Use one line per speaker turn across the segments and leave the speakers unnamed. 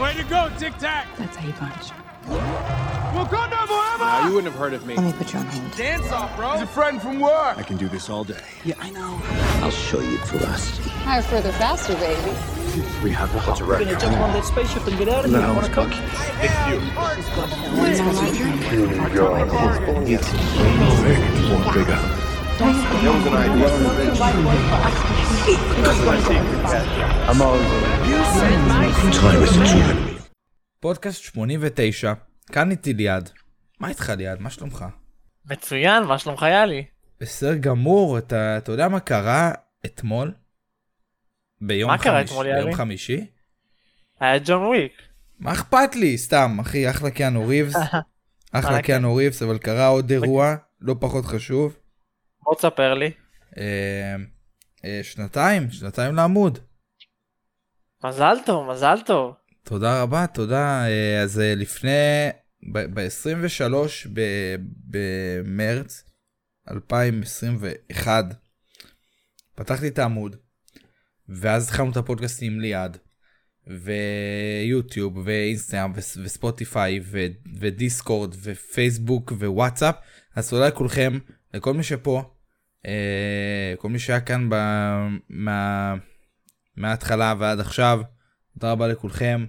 Way to go, Tic Tac!
That's how you punch.
Wakanda forever!
Now, you wouldn't have heard of me.
Let me put you on hold.
Dance off, bro! He's a friend from work!
I can do this all day.
Yeah, I know.
I'll show you ferocity.
Higher, further, faster, baby.
We have a hot record. We're gonna jump on that spaceship and get out of here.
That was an idea.
Time is a true enemy.
פודקאסט 89, כאן איתי ליעד. מה איתך ליעד? מה שלומך?
מצוין, מה שלומך יאלי?
בסדר גמור, אתה, אתה יודע מה קרה אתמול? ביום
מה קרה
חמיש-
אתמול,
ביום
יאלי?
חמישי?
היה ג'ון וויק.
מה אכפת לי? סתם, אחי, אחלה קיאנו ריבס. אחלה
אוקיי.
קיאנו ריבס, אבל קרה עוד אירוע, לא פחות חשוב.
בוא תספר לי.
אה, אה, שנתיים, שנתיים לעמוד.
מזל טוב, מזל טוב.
תודה רבה, תודה. אה, אז אה, לפני, ב-23 במרץ 2021, פתחתי את העמוד, ואז התחלנו את הפודקאסט עם ליעד, ויוטיוב, ואינסטגרם, וס- וספוטיפיי, ו- ודיסקורד, ופייסבוק, ווואטסאפ. אז תודה לכולכם, לכל מי שפה, אה, כל מי שהיה כאן ב... מה... מההתחלה ועד עכשיו. תודה רבה לכולכם,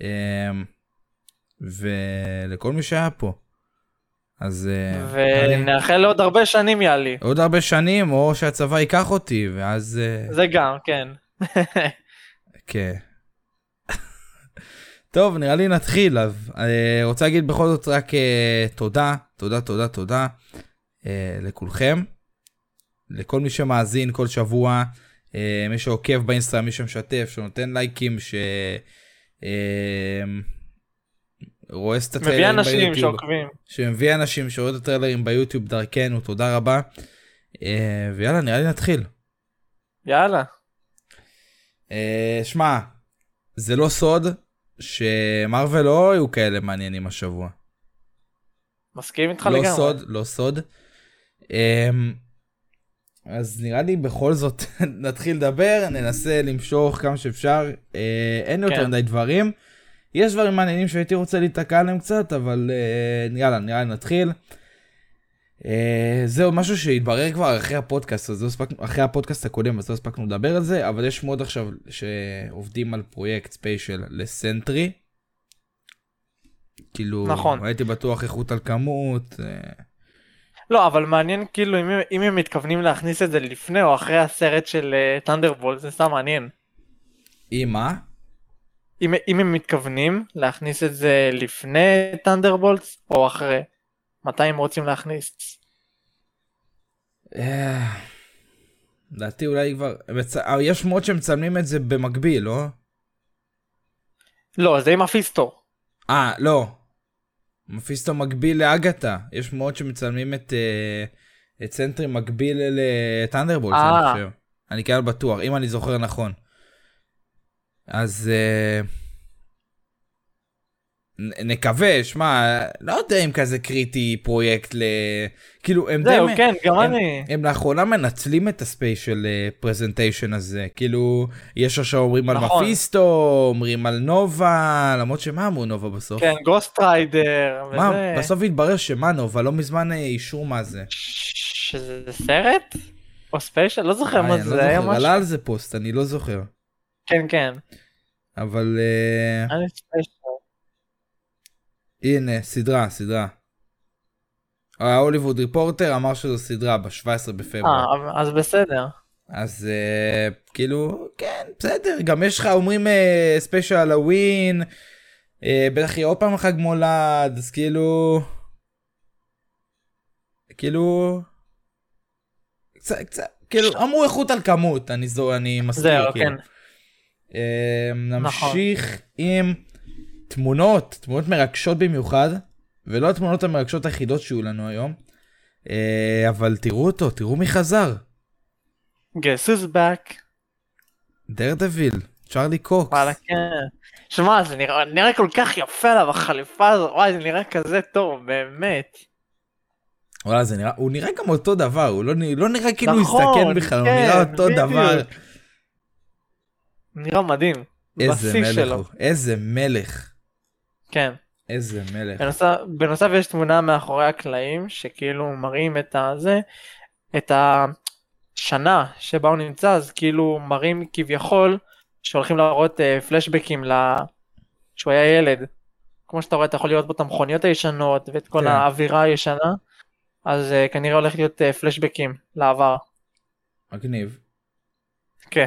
אמ, ולכל מי שהיה פה. אז אה, אני-
ונאחל לעוד הרבה שנים יאלי.
עוד הרבה שנים, או שהצבא ייקח אותי, ואז... אה,
זה גם, כן.
כן. טוב, נראה לי נתחיל, אז אה, רוצה להגיד בכל זאת רק אה, תודה, תודה, תודה, תודה אה, לכולכם, לכל מי שמאזין כל שבוע, אה, מי שעוקב באינסטגרם, מי שמשתף, שנותן לייקים, ש... אה, רואה את
מביא
הטריילרים
אנשים
ביוטיוב.
שעוקבים.
שמביא אנשים שרואה את הטריילרים ביוטיוב דרכנו, תודה רבה. אה, ויאללה, נראה לי נתחיל.
יאללה.
אה, שמע, זה לא סוד שמרוויל לא היו כאלה מעניינים השבוע.
מסכים איתך
לא
נכון לגמרי.
סוד, לא סוד. אמ, אז נראה לי בכל זאת נתחיל לדבר, ננסה למשוך כמה שאפשר. אה, אין יותר
כן.
מדי דברים. יש דברים מעניינים שהייתי רוצה להיתקע עליהם קצת, אבל אה, יאללה, נראה לי נתחיל. אה, זהו משהו שהתברר כבר אחרי הפודקאסט, אז לא הספקנו, אחרי הפודקאסט הקודם, אז לא הספקנו לדבר על זה, אבל יש שמות עכשיו שעובדים על פרויקט ספיישל לסנטרי. כאילו,
נכון.
הייתי בטוח איכות על כמות, אה,
לא, אבל מעניין כאילו אם- אם הם מתכוונים להכניס את זה לפני או אחרי הסרט של טנדרבולט, זה סתם מעניין.
עם מה?
אם אם הם מתכוונים להכניס את זה לפני טנדרבולט או אחרי. מתי הם רוצים להכניס?
אה, לדעתי אולי כבר, מצ- אה, יש שמות שמצלמים את זה במקביל, לא?
לא, זה עם הפיסטו.
אה, לא. מפיסטו מקביל לאגתה. יש מאוד שמצלמים את, אה, את סנטרי מקביל לטנדרבולט, אני
אה.
חושב. אני כלל בטוח, אם אני זוכר נכון. אז אה, נ- נקווה, שמע, לא יודע אם כזה קריטי פרויקט ל... כאילו, הם
זהו,
די מ-
כן, גם
הם-
אני.
הם לאחרונה מנצלים את הספייס של פרזנטיישן הזה, כאילו, יש עכשיו אומרים על
נכון.
מפיסטו, אומרים על נובה, למרות שמה אמרו נובה בסוף?
כן, גוסט ריידר.
מה,
וזה-
בסוף התברר שמה נובה, לא מזמן אה, אישור מה זה.
שזה סרט? או ספיישל? לא זוכר
איי,
מה
אני לא
זה היה
זוכר,
משהו.
עלה על זה פוסט, אני לא זוכר.
כן, כן.
אבל אה,
היה לי ספיישל.
הנה, סדרה, סדרה. ההוליווד ריפורטר אמר שזו סדרה ב-17 בפברואר.
אה, אז בסדר.
אז אה, כאילו כן בסדר גם יש לך אומרים אה, ספיישל הלווין אה, בטח יהיה עוד פעם חג מולד אז כאילו כאילו קצת קצת כאילו אמרו איכות על כמות אני זו אני מסכים
זהו,
כאילו.
כן.
אה,
נכון.
נמשיך עם תמונות, תמונות מרגשות במיוחד, ולא התמונות המרגשות היחידות שיהיו לנו היום. אה, אבל תראו אותו, תראו מי חזר.
Guess is back.
דרדוויל, צ'רלי קוקס.
וואלה, כן. שמע, זה נראה נראה כל כך יפה עליו, החליפה הזו, וואי, זה נראה כזה טוב, באמת.
וואלה, זה נראה, הוא נראה גם אותו דבר, הוא לא, נ- לא נראה כאילו הוא
נכון,
הסתכן בכלל, הוא
כן,
נראה אותו
בדיוק.
דבר.
נראה מדהים.
איזה
בשיא
מלך
שלו.
הוא. איזה מלך.
כן.
איזה מלך.
בנוסף, בנוסף יש תמונה מאחורי הקלעים שכאילו מראים את הזה, את השנה שבה הוא נמצא אז כאילו מראים כביכול שהולכים להראות אה, פלשבקים ל... שהוא היה ילד. כמו שאתה רואה אתה יכול לראות בו את המכוניות הישנות ואת כל
כן.
האווירה הישנה אז אה, כנראה הולך להיות אה, פלשבקים לעבר.
מגניב.
כן.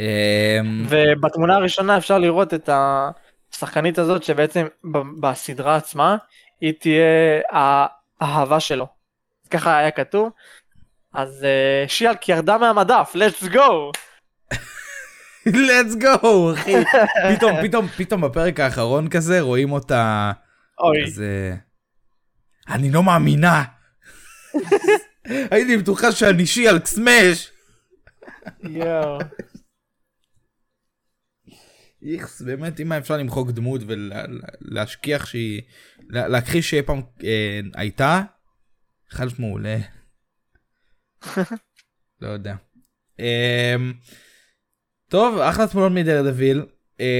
אמ,
ובתמונה הראשונה אפשר לראות את השחקנית הזאת שבעצם ב- בסדרה עצמה היא תהיה האהבה שלו. ככה היה כתוב. אז אה, שיאלק ירדה מהמדף, let's go!
let's go אחי פתאום פתאום פתאום בפרק האחרון כזה רואים אותה
אוי,
כזה אני לא מאמינה הייתי בטוחה שאני שי על סמאש
יואו.
איכס באמת אם היה אפשר למחוק דמות ולהשכיח שהיא לה- להכחיש שאי פעם אה, הייתה חלף מעולה לא יודע. אמ, טוב אחלה תמונות מדר דביל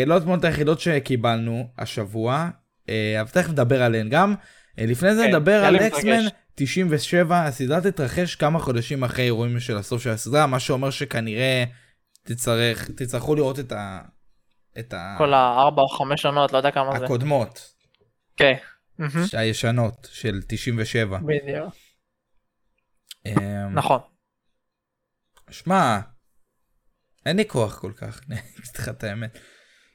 לא התמונות היחידות שקיבלנו השבוע אה, אבל תכף נדבר עליהן גם אה, לפני זה
כן,
נדבר
היה
על
לי
אקסמן
מתרגש.
97 הסדרה תתרחש כמה חודשים אחרי אירועים של הסוף של הסדרה מה שאומר שכנראה תצטרך תצטרכו לראות את ה... את ה...
כל הארבע או חמש עונות, לא יודע כמה זה.
הקודמות
כן. מהמם,
הישנות של 97.
בדיוק.
אמ,
נכון.
שמע, אין לי כוח כל כך, אני אגיד לך את האמת.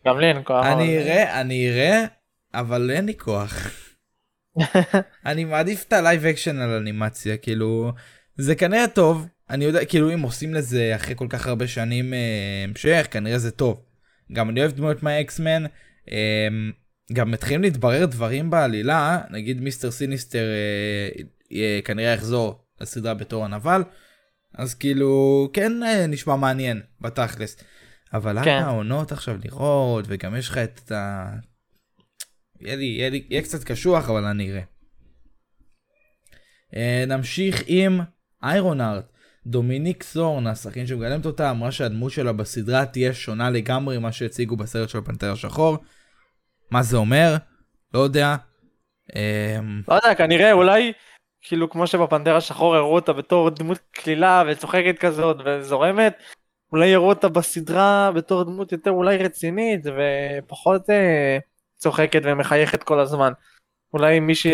גם לי אין כוח.
אני
אבל-
אראה, אני אראה, אבל אין לי כוח. אני מעדיף את הלייב אקשן על אנימציה, כאילו, זה כנראה טוב, אני יודע, כאילו אם עושים לזה אחרי כל כך הרבה שנים אה, המשך, כנראה זה טוב. גם אני אוהב דמויות מהאקסמן, אה, גם מתחילים להתברר דברים בעלילה, נגיד מיסטר סיניסטר אה, אה, כנראה יחזור לסדרה בתור הנבל, אז כאילו, כן אה, נשמע מעניין בתכלס. אבל
כן.
כן. העונות עכשיו לראות, וגם יש לך את ה... יהיה לי, יהיה לי, יהיה קצת קשוח, אבל אני אראה. אה, נמשיך עם איירון ארט. דומיניק סורן, השחקן שמגלמת אותה, אמרה שהדמות שלה בסדרה תהיה שונה לגמרי ממה שהציגו בסרט של פנתר השחור. מה זה אומר? לא יודע. אמ,
לא יודע, כנראה אולי, כאילו כמו שבפנתר השחור הראו אותה בתור דמות קלילה וצוחקת כזאת וזורמת, אולי הראו אותה בסדרה בתור דמות יותר אולי רצינית ופחות אה, צוחקת ומחייכת כל הזמן. אולי מישהי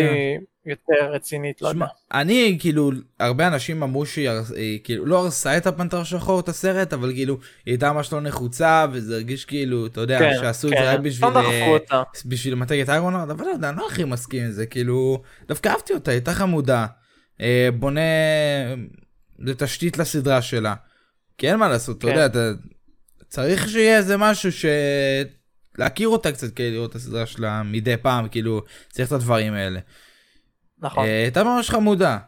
יותר רצינית, לא
כן. שמע,
יודע.
אני כאילו הרבה אנשים אמרו שהיא הרס- היא, כאילו לא הרסה את הפנתר השחור את הסרט אבל כאילו היא הייתה ממש לא נחוצה וזה הרגיש כאילו אתה יודע
כן,
שעשו את
כן,
זה רק
לא
בשביל
דחפו
אה,
אותה.
בשביל למתג את איירונרד אבל לא יודע אני לא הכי מסכים עם זה כאילו דווקא אהבתי אותה היא הייתה חמודה אה, בונה זה תשתית לסדרה שלה כי אין מה לעשות אתה
כן.
יודע אתה צריך שיהיה איזה משהו ש... להכיר אותה קצת כאילו לראות את הסדרה שלה מדי פעם כאילו צריך את הדברים האלה.
נכון.
אה, הייתה ממש חמודה.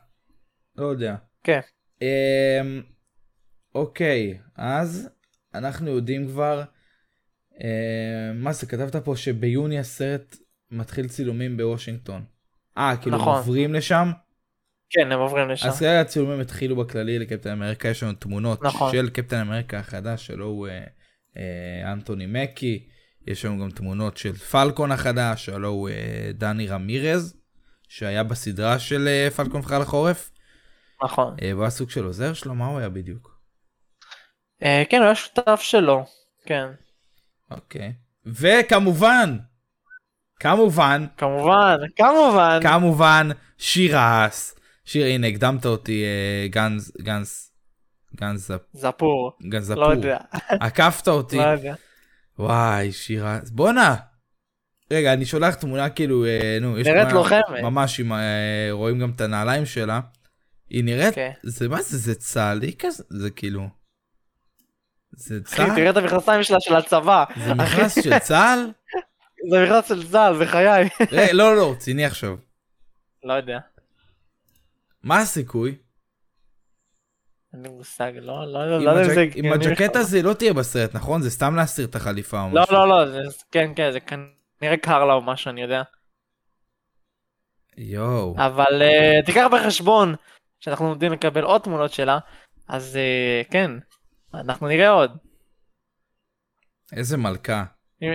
לא יודע.
כן.
אמ, אוקיי, אז אנחנו יודעים כבר, אה, מה זה, כתבת פה שביוני הסרט מתחיל צילומים בוושינגטון. אה, כאילו
נכון.
עוברים לשם?
כן, הם עוברים לשם.
אז כרגע הצילומים התחילו בכללי לקפטן אמריקה, יש לנו תמונות
נכון.
של קפטן אמריקה החדש, שלו הוא אה, אה, אנטוני מקי, יש לנו גם תמונות של פלקון החדש, שלו הוא אה, דני רמירז, שהיה בסדרה של אה, פלקון בחלל החורף,
נכון.
אה, והוא היה סוג של עוזר שלו, מה הוא היה בדיוק?
אה, כן, הוא היה שותף שלו. כן.
אוקיי. וכמובן, כמובן,
כמובן, כמובן.
כמובן, שירה אס, שיר, הנה, הקדמת אותי, אה, גנז, גנז, גנז,
זפור.
גנזפור,
לא יודע.
עקפת אותי.
לא יודע.
וואי, שירה, בואנה. רגע, אני שולח תמונה כאילו, אה, נו, יש
נראית
תמונה
לוחמת.
ממש, עם, אה, רואים גם את הנעליים שלה. היא נראית,
כן.
זה מה זה, זה צה"לי כזה? זה כאילו... זה
אחי, תראה
צה"ל?
את המכנסיים שלה של הצבא.
זה מכנס של צה"ל?
זה מכנס של ז"ל, בחיי.
רגע, לא, לא, רציני עכשיו.
לא יודע.
מה הסיכוי?
אין לי מושג, לא, לא, לא,
עם
לא יודע אם זה...
הג'ק- עם
הגיוני
הג'קט
בכלל.
הזה לא תהיה בסרט, נכון? זה סתם להסתיר את החליפה או
לא,
משהו.
לא, לא, זה... כן, כן, זה כנראה קר לה או משהו, אני יודע.
יואו.
אבל אה, תיקח בחשבון שאנחנו עומדים לקבל עוד תמונות שלה, אז אה, כן, אנחנו נראה עוד.
איזה מלכה.
אם-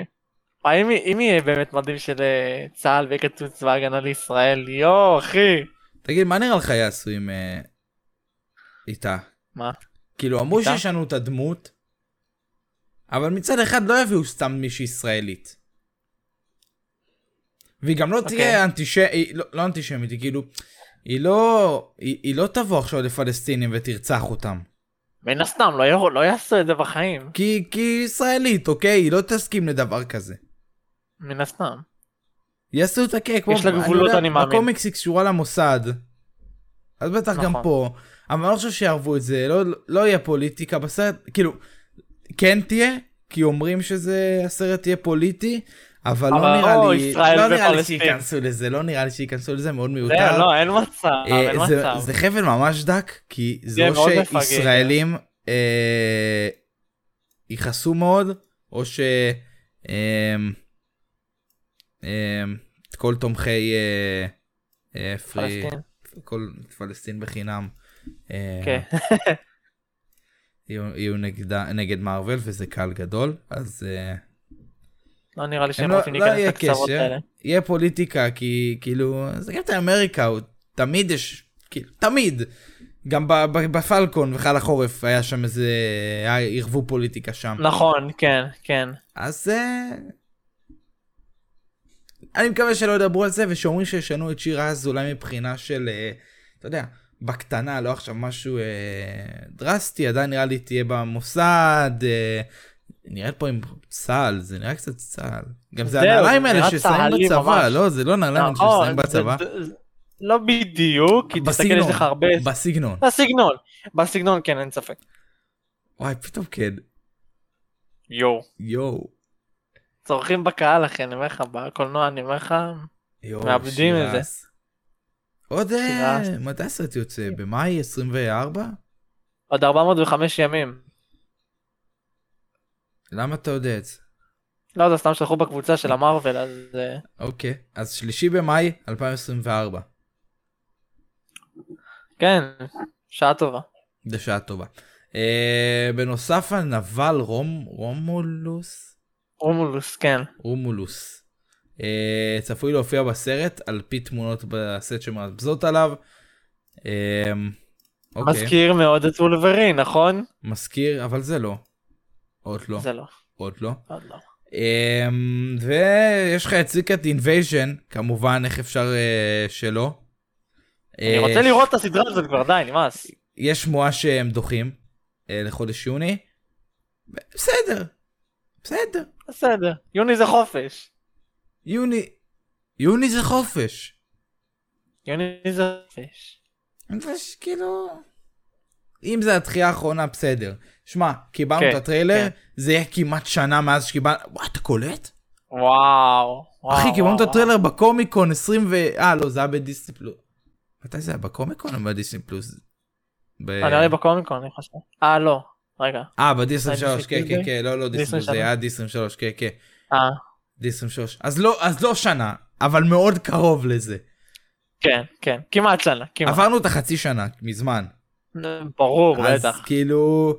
וואי, אם יהיה- אם יהיה באמת מדים של אה, צה"ל ויהיה כתוב צבא הגנה לישראל, יואו, אחי.
תגיד, מה נראה לך יעשו עם... אה, איתה?
מה?
כאילו, אמרו
איתה?
שישנו את הדמות, אבל מצד אחד לא יביאו סתם מישהי ישראלית. והיא גם
אוקיי.
לא תהיה אנטישמית, לא, לא אנטישמית, היא כאילו, היא לא, היא, היא לא תבוא עכשיו לפלסטינים ותרצח אותם.
מן הסתם, לא יעו- לא יעשו את זה בחיים.
כי, כי היא ישראלית, אוקיי? היא לא תסכים לדבר כזה.
מן הסתם.
יעשו את הקק, כמו-
יש לה גבולות, אני מאמין.
בקומיקס היא קשורה למוסד. אז בטח גם
נכון.
פה. אבל אני לא חושב שיערבו את זה, לא, לא יהיה פוליטיקה בסרט, כאילו, כן תהיה, כי אומרים שזה, הסרט יהיה פוליטי, אבל לא
אבל
נראה
או,
לי,
ישראל
לא נראה לי
ופלסטין.
שייכנסו לזה, לא נראה לי שייכנסו לזה, מאוד
זה,
מיותר.
לא, אין מצב,
אה,
אין
זה-
מצב.
זה חבל ממש דק, כי זה
יהיה
או
מאוד כן. מפגר.
שישראלים אה, יכעסו מאוד, או ש... אה, אה, את כל תומכי אה, אה, פרי...
פלסטין.
כל פלסטין בחינם. אה,
כן.
יהיו יהיו נגדה- נגד מארוול וזה קהל גדול, אז... אה,
לא נראה לי שהם
לא-
רוצים
לא
להיכנס
יהיה
לקצרות
קשר.
האלה.
יהיה פוליטיקה כי כאילו זה גם את אמריקה הוא תמיד יש כאילו תמיד גם ב- ב- בפלקון וחל החורף היה שם איזה היה- ערבו פוליטיקה שם
נכון, כן, כן.
אז אה, אני מקווה שלא ידברו על זה ושאומרים שישנו את שירה אזולאי מבחינה של אה, אתה יודע בקטנה לא עכשיו משהו אה, דרסטי עדיין נראה לי תהיה במוסד. אה, נראית פה עם צה"ל, זה נראה קצת צה"ל. גם זה
זהו,
הנעליים
זה
האלה
נראה
ששמים
צה"לי
בצבא,
ממש. נכון,
לא, זה לא נעליים האלה ששמים
זה-
בצבא.
זה- זה- לא בדיוק, כי תסתכל, יש לך הרבה...
בסגנון.
בסגנון, בסגנון כן, אין ספק.
וואי, פתאום כן,
יואו.
יואו.
צורכים בקהל, אחי, אני אומר לך, בקולנוע, אני אומר לך,
יואו,
מאבדים את זה.
שירס. עוד אה,
שירס.
מתי הסרט יוצא? במאי 24?
עוד 405 ימים.
למה אתה יודע את זה?
לא, זה סתם שלחו בקבוצה של המרוויל, אז... אה,
אוקיי, אז שלישי במאי 2024.
כן, שעה טובה.
זה שעה טובה. אה, בנוסף הנבל רום, רומולוס?
רומולוס, כן.
רומולוס. אה, צפוי להופיע בסרט על פי תמונות בסט שמרבזות עליו. אה, אוקיי,
מזכיר מאוד את וולברין, נכון?
מזכיר, אבל זה לא. עוד לא,
זה לא.
עוד לא.
עוד לא.
אמ, ויש לך את סיקרט אינבייז'ן, כמובן, איך אפשר אה, שלא.
אני
אה,
רוצה לראות את הסדרה הזאת כבר, די, נמאס.
יש שמועה שהם דוחים אה, לחודש יוני. בסדר, בסדר.
בסדר. יוני זה חופש.
יוני, יוני זה חופש.
יוני זה חופש.
אז כאילו... אם זה הדחייה האחרונה, בסדר. שמע, קיבלנו
כן,
את הטריילר,
כן.
זה יהיה כמעט שנה מאז שקיבלנו... וואי, אתה קולט?
וואו. וואו,
אחי, קיבלנו
וואו,
את הטריילר בקומיקון 20 ו... אה, לא, זה היה בדיסני פלוס. מתי זה היה? בקומיקון או בדיסני פלוס? ב-
וואו. אני רואה בקומיקון, אני חושב. אה, לא. רגע.
אה, בדיסני 3,
בדיסני
כן, כן,
פלוס?
כן, לא, לא, דיסני
דיסני
פלוס, זה
שלוש.
היה דיסני 3, כן, כן,
אה,
דיסני 3. אז לא, אז לא שנה, אבל מאוד קרוב לזה.
כן, כן. כמעט שנה, כמעט. אה,
עברנו את החצי שנה, מזמן.
ברור,
אז
בטח.
כאילו,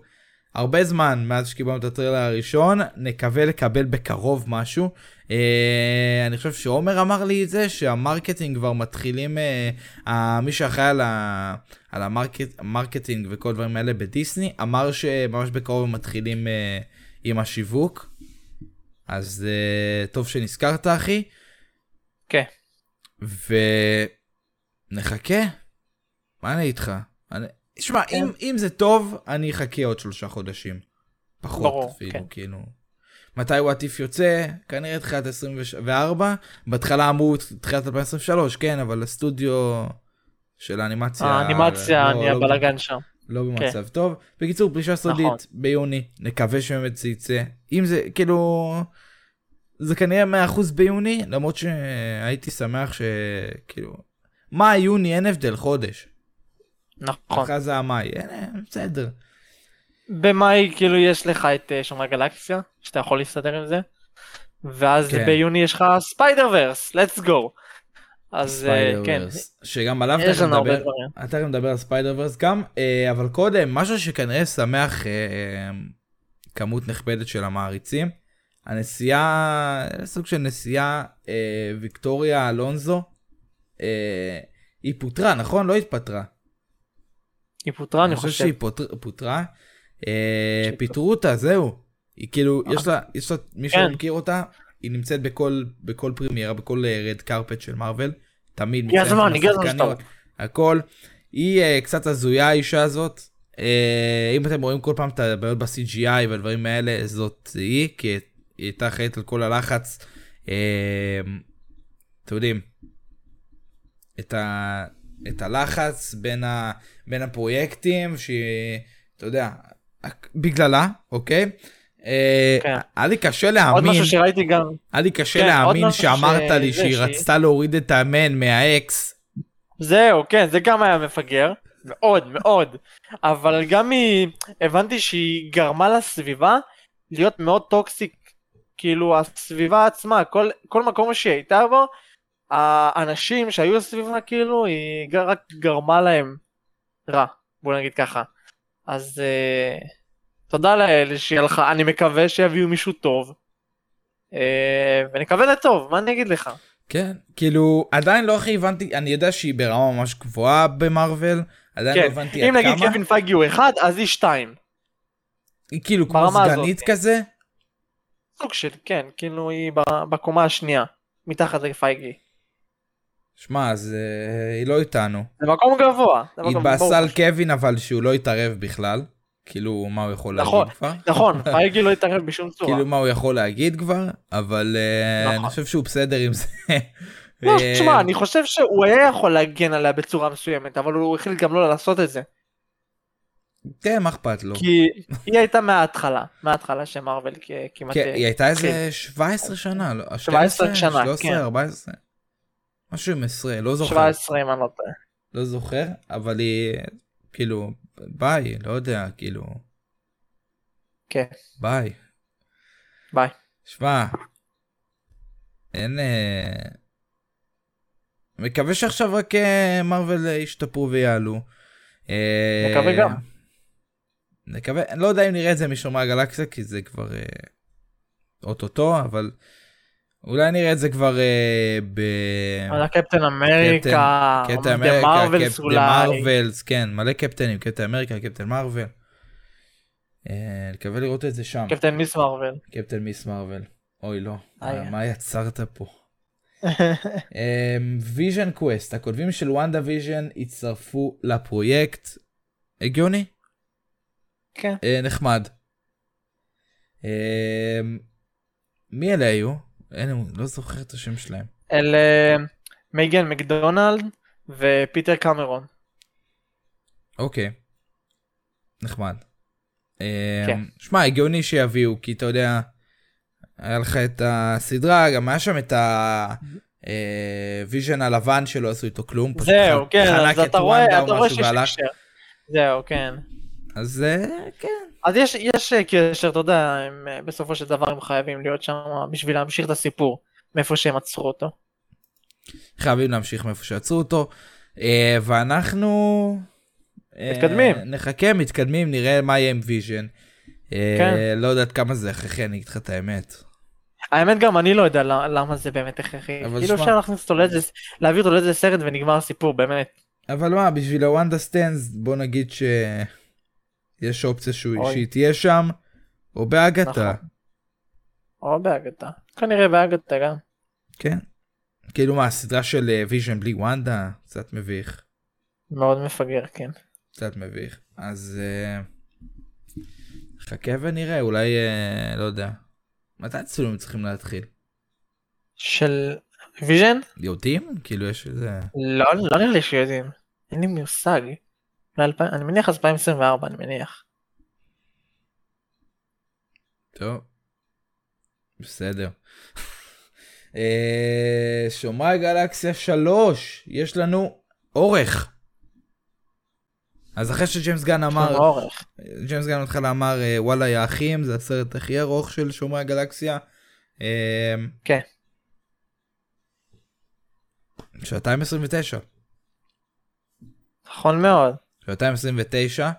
הרבה זמן מאז שקיבלנו את הטריילר הראשון, נקווה לקבל בקרוב משהו. אה, אני חושב שעומר אמר לי את זה, שהמרקטינג כבר מתחילים, אה, ה- מי שאחראי על, ה- על המרקט- המרקטינג וכל הדברים האלה בדיסני, אמר שממש בקרוב הם מתחילים אה, עם השיווק. אז אה, טוב שנזכרת אחי,
כן.
ונחכה. מה אני איתך? אני... שמע,
כן.
אם, אם זה טוב, אני אחכה עוד שלושה חודשים. פחות
ברור,
אפילו,
כן.
כאילו. מתי וואט איף יוצא? כנראה תחילת 24. בהתחלה אמרו תחילת 2023, כן, אבל הסטודיו של האנימציה...
אה, האנימציה,
לא-
נהיה
לא-
בלאגן שם.
לא במצב טוב. בקיצור, פלישה סודית
כן. נכון.
ביוני, נקווה שבאמת זה יצא. אם זה, כאילו, זה כנראה 100% ביוני, למרות שהייתי שמח שכאילו, מאי, יוני, אין הבדל, חודש.
נכון.
אחרי זה המאי, אין, אין, בסדר.
במאי כאילו יש לך את אה, שומרי גלקסיה, שאתה יכול להסתדר עם זה, ואז
כן.
ביוני יש לך ספיידר ורס, let's go. אז אה,
Spider-Verse,
כן,
שגם עליו
יש
תכף
לנו הרבה
נדבר,
דברים.
אתה גם מדבר על ספיידר ורס גם, אה, אבל קודם, משהו שכנראה שמח אה, אה, כמות נכבדת של המעריצים, הנסיעה, סוג של נסיעה, אה, ויקטוריה אלונזו, אה, היא פוטרה, נכון? לא התפטרה.
היא פוטרה, אני חושב.
שהיא פוטר- פוטרה. אה,
שהיא אה.
פיטרו אותה, זהו. היא כאילו, יש לה, יש לה, מי שלא
כן.
מכיר אותה, היא נמצאת בכל, בכל פרימיירה, בכל אה, רד קרפט של מארוול. תמיד.
הגיע
מצטיינת
הזמן,
עם
הגיע הזמן שאתה
השחקניות, הכל. היא אה, קצת הזויה האישה הזאת. אה, אם אתם רואים כל פעם את הבעיות ב-CGI והדברים האלה, זאת היא, כי היא הייתה אחראית על כל הלחץ. אה, אתם יודעים, את, ה, את הלחץ בין, ה, בין הפרויקטים, שאתה יודע, בגללה, אוקיי? אה,
כן.
היה לי קשה
עוד
להאמין,
משהו שראיתי גם,
היה לי קשה
כן, עוד
להאמין
משהו
שאמרת
ש-
לי
זה,
שהיא
שהיא-
רצתה להוריד את האמן מהאקס.
זהו, כן, זה גם היה מפגר, מאוד מאוד, אבל גם היא, הבנתי שהיא גרמה לסביבה להיות מאוד טוקסיק, כאילו הסביבה עצמה, כל, כל מקום שהיא הייתה בו, האנשים שהיו סביבה כאילו, היא ג- רק גרמה להם רע, בוא נגיד ככה. אז אה, תודה לאל שהיא הלכה, אני מקווה שיביאו מישהו טוב, אה, ונקווה לטוב, מה אני אגיד לך?
כן, כאילו, עדיין לא הכי הבנתי, אני יודע שהיא ברמה ממש גבוהה במרוויל, עדיין לא
כן,
הבנתי
אם
עד
נגיד
כמה,
קווין פייגי הוא אחד, אז היא שתיים.
היא כאילו כמו
ברמה הזאת,
סגנית
כן.
כזה.
סוג של, כן, כאילו היא ב- בקומה השנייה, מתחת לפייגי.
שמע, אז אה, היא לא איתנו.
זה מקום גבוה. זה מקום-
התבאסה
ברור.
על קווין אבל שהוא לא התערב בכלל. כאילו מה הוא יכול
נכון,
להגיד כבר?
נכון, פייגי לא התערב בשום צורה.
כאילו מה הוא יכול להגיד כבר? אבל אה,
נכון.
אני חושב שהוא בסדר עם זה.
לא,
אה,
תשמע, אני חושב שהוא היה יכול להגן עליה בצורה מסוימת, אבל הוא החליט גם לא לעשות את זה.
כן, מה אכפת לו?
כי היא הייתה מההתחלה, מההתחלה שמרוויל כ- כמעט...
כן, היא הייתה איזה
כן.
17 שנה, לא,
17 שנה,
13,
כן.
14. משהו עם 20, לא זוכר.
17 אם אני לא טועה.
לא זוכר, אבל היא, כאילו, ביי, לא יודע, כאילו,
כן,
ביי.
ביי.
שמע, אין... אה, מקווה שעכשיו רק אה, מרוויל אה, ישתפרו ויעלו. אה,
מקווה גם.
נקווה, אני לא יודע אם נראה את זה משומרי הגלקסיה, כי זה כבר אה, אוטוטו, אבל אולי נראה את זה כבר אה, ב...
על הקפטן אמריקה,
קפטן
דה
אמריקה,
מרווילס
קפטן
אולי.
מרווילס, כן, מלא קפטנים, קפטן אמריקה, קפטן מרוויל. אה, נקווה לראות את זה שם,
קפטן מיס מרוויל.
קפטן מיס מרוויל. אוי לא,
איי.
מה- מה יצרת פה? ויז'ן קווסט, הכותבים של וונדה ויז'ן הצטרפו לפרויקט. הגיוני?
כן.
אה, נחמד. אה, מי אלה היו? אין, לי מ- לא זוכר את השם שלהם.
אל אה, מייגן מקדונלד ופיטר קמרון.
אוקיי. נחמד.
כן.
כן. שמע, הגיוני שיביאו, כי אתה יודע, היה לך את הסדרה, גם היה שם את הוויז'ן הלבן שלא עשו איתו כלום. פשוט
זהו,
ח-
כן,
חנק
אז
את
אתה רואה,
וונדה או
אתה רואה
משהו
שיש
והלך.
קשר. זהו, כן.
אז אה, כן.
אז יש, יש אה, קשר, אתה יודע, הם, אה, בסופו של דבר הם חייבים להיות שם בשביל להמשיך את הסיפור, מאיפה שהם עצרו אותו.
חייבים להמשיך מאיפה שעצרו אותו. אה, ואנחנו... אה,
מתקדמים.
נחכה, מתקדמים, נראה מה יהיה עם ויז'ן. אה,
כן.
לא יודעת כמה זה הכרחי, אני אגיד לך את האמת.
האמת גם אני לא יודע ל- למה זה באמת הכרחי.
אבל
כאילו
שמע-
אפשר להכניס אותו לאיזה, להעביר אותו לאיזה סרט ונגמר הסיפור, באמת.
אבל מה, בשביל הוונדה סטנס, בוא נגיד ש... יש אופציה שהוא,
אוי.
שהיא תהיה שם, או באגתה,
נכון. או באגתה. כנראה באגתה גם.
כן? כאילו מה, הסדרה של אה, ויז'ן בלי וונדה, קצת מביך,
מאוד מפגר, כן.
קצת מביך. אז אה, חכה ונראה, אולי, אה, לא יודע. מתי הצילומים צריכים להתחיל?
של ויז'ן?
יודעים? כאילו יש איזה...
לא, לא נראה לי שיודעים. אין לי מושג. מאלפיים- אני מניח 2024, אני מניח.
טוב. בסדר. אה, שומרי גלקסיה 3, יש לנו אורך. אז אחרי שג'יימס גן אמר,
אורך.
ג'יימס גן בהתחלה אמר אה, וואלה יא אחים, זה הסרט הכי ארוך של שומרי הגלקסיה. אה,
כן.
שעתיים 29.
נכון מאוד.
229. אה,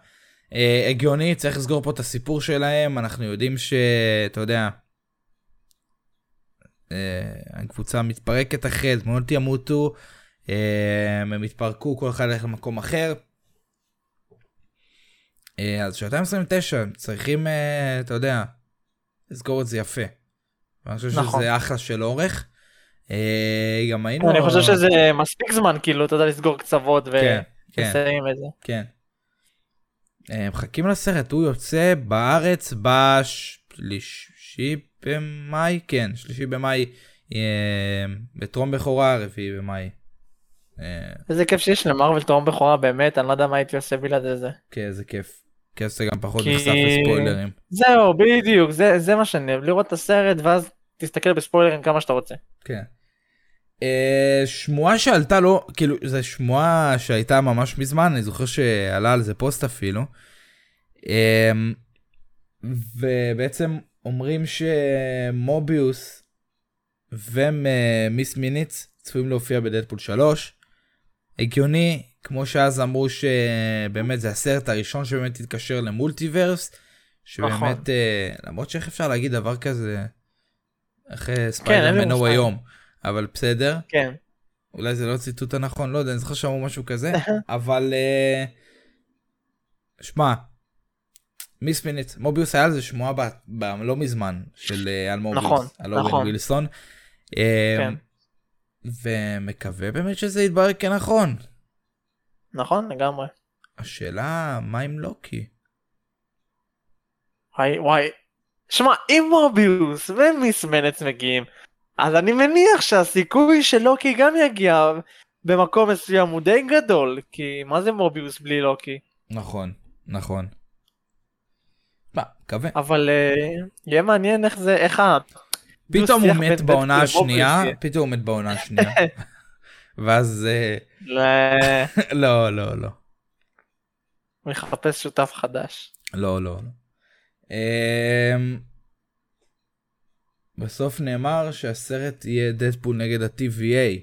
Uh, הגיוני, צריך לסגור פה את הסיפור שלהם, אנחנו יודעים ש... אתה יודע, אה, הקבוצה מתפרקת אחרי, דמויות ימותו, אה, הם התפרקו, כל אחד הלך למקום אחר. אה, אז שעתיים 29, צריכים, אה, אתה יודע, לסגור את זה יפה. אני חושב
נכון.
שזה אחלה של אורך. אה, גם היינו...
אני חושב שזה מספיק זמן, כאילו, אתה יודע, לסגור קצוות
כן, כן.
ולסיים את זה.
כן. אה, מחכים לסרט, הוא יוצא בארץ בשלישי במאי, כן, שלישי במאי, אה, בטרום בכורה, רביעי במאי. אה,
איזה כיף שיש למרוויל תאום בכורה, באמת, אני לא יודע מה הייתי עושה בלעדי זה.
כן, זה כיף. כיף זה גם פחות
כי-
נחשף לספוילרים.
זהו, בדיוק, זה, זה מה שאני אוהב, לראות את הסרט, ואז תסתכל בספוילרים כמה שאתה רוצה.
כן. אה, שמועה שעלתה לא, כאילו, זו שמועה שהייתה ממש מזמן, אני זוכר שעלה על זה פוסט אפילו. אה, ובעצם אומרים שמוביוס ומיס מיניץ צפויים להופיע בדדפול 3. הגיוני, כמו שאז אמרו שבאמת זה הסרט הראשון שבאמת התקשר למולטיברס, שבאמת,
נכון.
אה, למרות שאיך אפשר להגיד דבר כזה אחרי
כן, אין לי
ספיידרמן נו
מושג.
היום, אבל בסדר,
כן.
אולי זה לא הציטוט הנכון, לא יודע, אני זוכר שאמרו משהו כזה, אבל אה, שמע, מיס מיניץ, מוביוס היה על זה שמועה ב, ב, לא מזמן, של אה, על מוביוס,
נכון,
על אורן
נכון.
וילסון, אה,
כן.
ומקווה באמת שזה יתברר כנכון.
נכון? לגמרי.
השאלה, מה עם לוקי?
וואי, וואי. שמע, אם מוביוס ומיס מנץ מגיעים, אז אני מניח שהסיכוי שלוקי גם יגיע במקום מסוים הוא די גדול, כי מה זה מוביוס בלי לוקי?
נכון, נכון. מה, מקווה.
אבל אה, יהיה מעניין איך זה, איך ה...
פתאום הוא
דו-שיח בין
מת
בטקי
בעונה
למוביוס
השנייה,
יהיה.
פתאום הוא מת בעונה השנייה. ואז אה,
ל-
לא, לא, לא.
הוא יחפש שותף חדש.
לא, לא. לא. אמ, בסוף נאמר שהסרט יהיה דדפול נגד ה-TVA.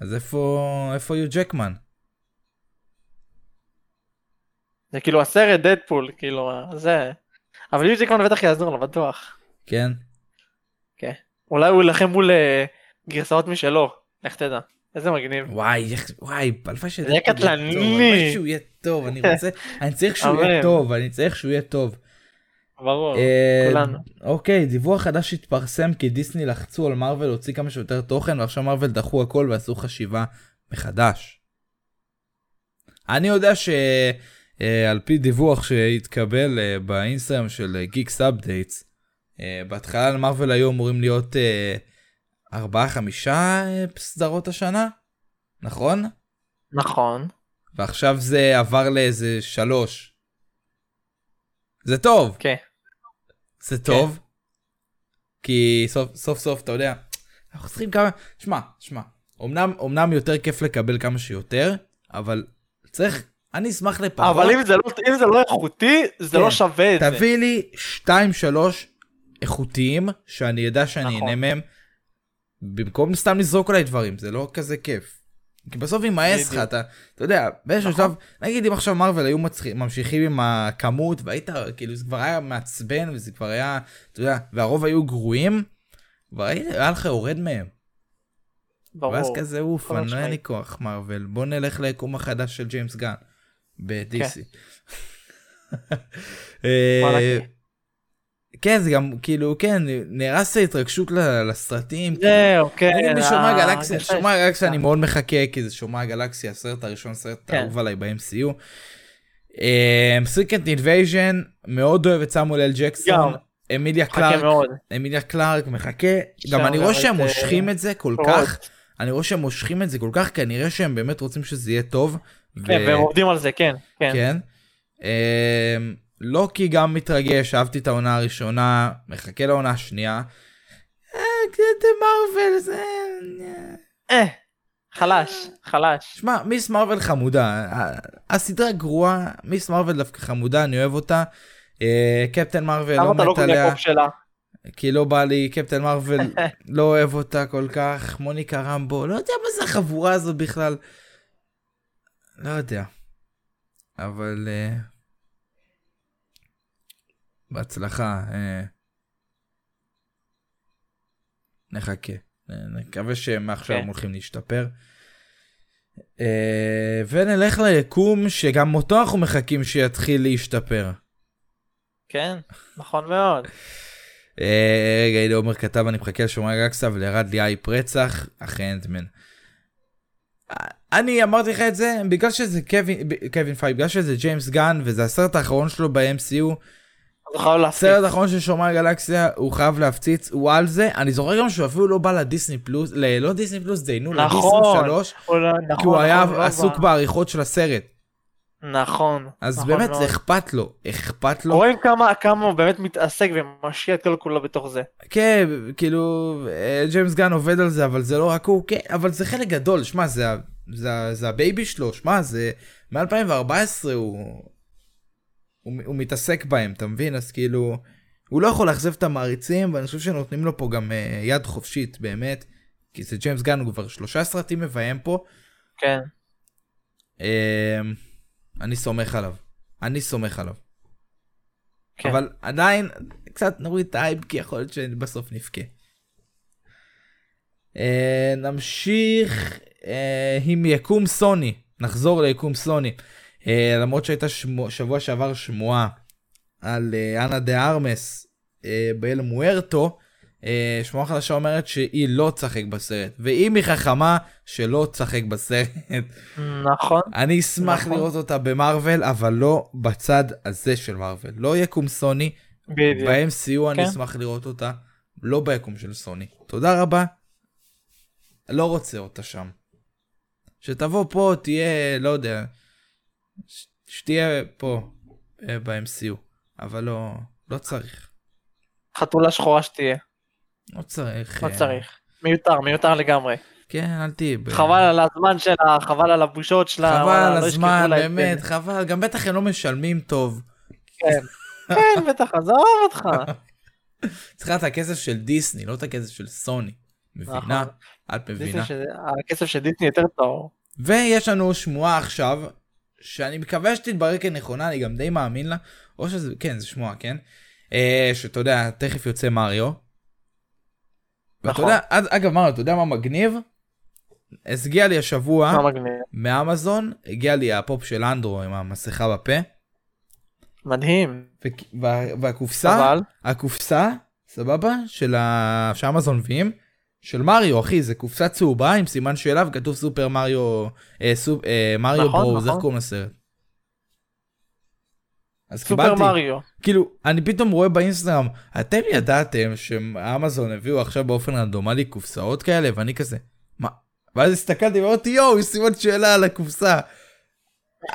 אז איפה, איפה יו ג'קמן?
זה כאילו הסרט דדפול, כאילו, אה, זה... אבל יוז'יקון בטח יעזור לו, בטוח.
כן?
אולי הוא יילחם מול אה, גרסאות משלו, איך תדע. איזה מגניב.
וואי, איך, וואי, הלוואי שזה...
זה קטלני.
הלוואי שהוא יהיה טוב, אני רוצה... אני צריך שהוא יהיה
אמן.
טוב, אני צריך שהוא יהיה טוב.
ברור,
אה,
כולנו.
אוקיי, דיווח חדש התפרסם כי דיסני לחצו על מארוול להוציא כמה שיותר תוכן ועכשיו מארוול דחו הכל ועשו חשיבה מחדש. אני יודע שעל פי דיווח שהתקבל אה, באינסטגרם של אה, גיקס אפדייטס, אה, בהתחלה על מארוול היו אמורים להיות אה, ארבעה חמישה אה, סדרות השנה, נכון?
נכון.
ועכשיו זה עבר לאיזה שלוש. זה טוב.
כן.
זה טוב, כי סוף סוף סוף אתה יודע, אנחנו צריכים כמה, שמע, שמע, אמנם, אמנם יותר כיף לקבל כמה שיותר, אבל צריך, אני אשמח לפחות,
אבל אם זה לא, אם זה לא איכותי, זה
כן.
לא שווה את זה.
תביא לי 2-3 איכותיים, שאני אדע שאני
נכון.
אהנה מהם, במקום סתם לזרוק עליי דברים, זה לא כזה כיף. כי בסוף יימאס
בדיוק.
לך,
נכון.
אתה, אתה יודע, באיזשהו שלב, נגיד אם עכשיו מרוויל היו מצחי- ממשיכים עם הכמות, והיית, כאילו זה כבר היה מעצבן, וזה כבר היה, אתה יודע, והרוב היו גרועים, כבר היית- היה לך יורד מהם. ואז
ברור.
כזה אוף,
חד
אני לא אין לי
משמעית.
כוח מרוויל, בוא נלך ליקום החדש של ג'יימס גן. ב-DC. אה,
כן. וואלה, כן.
כן זה גם כאילו כן נהרס ההתרגשות ל- לסרטים. כאילו,
זהו, כן.
אני בשומר
אה,
גלקסיה,
יש לך-
שומר גלקסיה אני מאוד מחכה כי זה שומר גלקסיה הסרט הראשון הסרט
כן.
האהוב עליי ב-MCU. סריקנט אינבייז'ן אה, מאוד אוהב את סמואל אל ג'קסון.
גם.
אמיליה
מחכה
קלארק,
מאוד.
אמיליה קלארק מחכה,
אפשר
גם אני
גם
רואה
את,
שהם
אה,
מושכים את זה כל
פרוט.
כך, אני רואה שהם מושכים את זה כל כך, כנראה שהם באמת רוצים שזה יהיה טוב.
כן,
ו-
והם עובדים על זה, כן. כן.
כן. אמ, לוקי גם מתרגש, אהבתי את העונה הראשונה, מחכה לעונה השנייה. אה, זה מרוויל, זה...
אה, חלש, חלש.
שמע, מיס מרוויל חמודה, ה- הסדרה גרועה, מיס מרוויל דווקא חמודה, אני אוהב אותה. אה, קפטן מרוויל
למה
לא
אתה לא
מת
קונה
עליה,
קופ שלה?
כי לא בא לי, קפטן מרוויל לא אוהב אותה כל כך, מוניקה רמבו, לא יודע מה זה החבורה הזו בכלל. לא יודע. אבל... אה, בהצלחה. אה. נחכה. אה, נקווה שמעכשיו הם
כן.
הולכים להשתפר. אה, ונלך ליקום שגם אותו אנחנו מחכים שיתחיל להשתפר.
כן, נכון מאוד.
אה, רגע, הנה עומר כתב, אני מחכה לשומרי גקסה ולירד לי אייפ רצח, אחרי אנטמן. אה, אני אמרתי לך את זה, בגלל שזה קווין, ב- קווין פייב, בגלל שזה ג'יימס גן, וזה הסרט האחרון שלו ב-MCU,
אתה חייב להפסיק.
הסרט האחרון של שומרי גלקסיה, הוא חייב להפציץ, הוא על זה. אני זוכר גם שהוא אפילו לא בא לדיסני פלוס, ל- לא דיסני פלוס, דיינו,
נכון.
לדיסני שלוש,
הוא לא- נכון,
כי הוא היה
נכון, לא
עסוק
בא.
בעריכות של הסרט.
נכון.
אז
נכון
באמת,
מאוד.
זה לא- אכפת לו, אכפת לו.
רואים כמה כמה הוא באמת מתעסק ומשקיע את כל כולו בתוך זה.
כן, כאילו, אה, ג'יימס גן עובד על זה, אבל זה לא רק הוא, כן, אבל זה חלק גדול, שמע, זה, ה- זה, ה- זה הבייבי שלו, שמע, זה מ-2014 הוא, הוא, הוא מתעסק בהם, אתה מבין? אז כאילו, הוא לא יכול לאכזב את המעריצים, ואני חושב שנותנים לו פה גם אה, יד חופשית, באמת, כי זה ג'יימס גן, הוא כבר שלושה סרטים מביים פה,
כן.
אה, אני סומך עליו, אני סומך עליו.
כן.
אבל עדיין קצת נוריד את האייב כי יכול להיות שבסוף נבכה. אה, נמשיך אה, עם יקום סוני, נחזור ליקום סוני. אה, למרות שהייתה שמו, שבוע שעבר שמועה על אה, אנה דה ארמס אה, באל מוארטו, אה, שמועה חדשה אומרת שהיא לא תשחק בסרט, ואם היא חכמה שלא תשחק בסרט.
נכון.
אני אשמח
נכון.
לראות אותה במרוויל, אבל לא בצד הזה של מרוויל. לא יקום סוני,
בדיוק.
ב-MCU אני
כן.
אשמח לראות אותה, לא ביקום של סוני. תודה רבה. לא רוצה אותה שם. שתבוא פה, תהיה, לא יודע, ש- שתהיה פה אה, ב-MCU, אבל לא, לא צריך.
חתולה שחורה שתהיה.
לא צריך.
לא
אה,
צריך. מיותר, מיותר לגמרי.
כן, אל תהיה. ב-
חבל על הזמן שלה, חבל על הבושות שלה.
חבל
וואלה,
על
לא ישכחו
הזמן,
לה את זה.
באמת, חבל. גם בטח הם לא משלמים טוב.
כן, בטח, עזוב אותך.
צריכה את הכסף של דיסני, לא את הכסף של סוני. מבינה?
נכון.
את
דיסני
מבינה?
שזה- הכסף של דיסני יותר טהור.
ויש לנו שמועה עכשיו, שאני מקווה שתתברר כנכונה, אני גם די מאמין לה, או שזה, כן, זה שמועה, כן? אה, שאתה יודע, תכף יוצא מריו. ואתה
נכון.
יודע, אז- אגב מריו, אתה יודע מה מגניב? אז הגיע לי השבוע
מה מגניב?
מאמזון, הגיע לי הפופ של אנדרו עם המסכה בפה,
מדהים.
וכ- וה- והקופסה,
אבל,
הקופסה, סבבה? של ה... שאמזון מביאים, של מריו, אחי, זה קופסה צהובה עם סימן שאלה וכתוב סופר מריו, אה, סופ, אה, מריו
נכון,
ברוז, איך
נכון.
קוראים לסרט? אז
סופר
קיבלתי,
מריו.
כאילו, אני פתאום רואה באינסטגרם, אתם ידעתם שאמזון הביאו עכשיו באופן רנדומלי קופסאות כאלה, ואני כזה, מה? ואז הסתכלתי ואמרתי, יואו, יש סימן שאלה על הקופסה.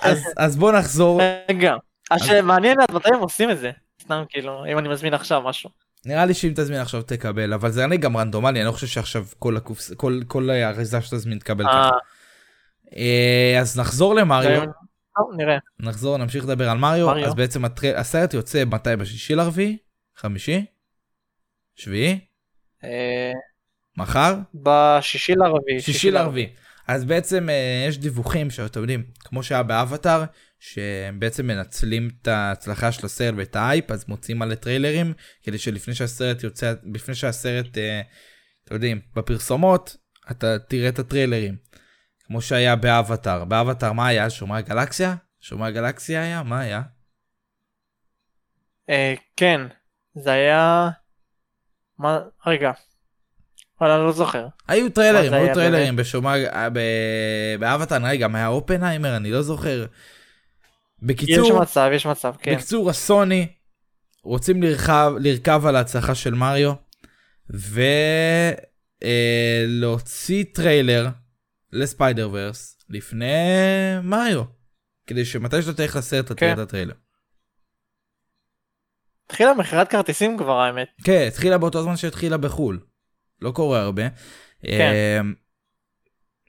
אז, אז בוא נחזור,
רגע. השאלה, מעניין עד מתי הם עושים את זה. סתם כאילו, אם אני מזמין עכשיו משהו.
נראה לי שאם תזמין עכשיו תקבל, אבל זה נראה לי גם רנדומלי, אני לא חושב שעכשיו כל הקופס... כל, כל האריזה שתזמין תקבל ככה.
אה,
אה, אז נחזור למריו,
אה, טוב, נראה.
נחזור, נמשיך לדבר על מריו,
מריו.
אז בעצם הטרי- הסרט יוצא מתי? בשישי לרביעי? חמישי? שביעי?
אה,
מחר?
בשישי לרביעי.
שישי לרביעי. אז בעצם אה, יש דיווחים שאתם יודעים, כמו שהיה באבטאר, שהם בעצם מנצלים את ההצלחה של הסרט ואת האייפ, אז מוצאים מלא טריילרים, כדי שלפני שהסרט יוצא, לפני שהסרט, אה, אתם יודעים, בפרסומות, אתה תראה את הטריילרים. כמו שהיה באבטאר. באבטאר מה היה? שומרי גלקסיה? שומרי גלקסיה היה? מה היה?
אה, כן, זה היה... מה... רגע. וואלה, אני לא זוכר.
היו טריילרים,
זה
היו
היה
טריילרים בשומרי, אה, באבטאר, נראה לי גם היה אופנהיימר, אני לא זוכר. בקיצור...
יש מצב, יש מצב, כן.
בקיצור, הסוני רוצים לרכב, לרכב על ההצלחה של מריו ולהוציא טריילר לספיידר ורס לפני מריו, כדי שמתי שאתה תלך לסרט אתה תראה את
כן.
הטריילר.
התחילה מכירת כרטיסים כבר, האמת.
כן, התחילה באותו זמן שהתחילה בחו"ל. לא קורה הרבה.
כן.
אמ,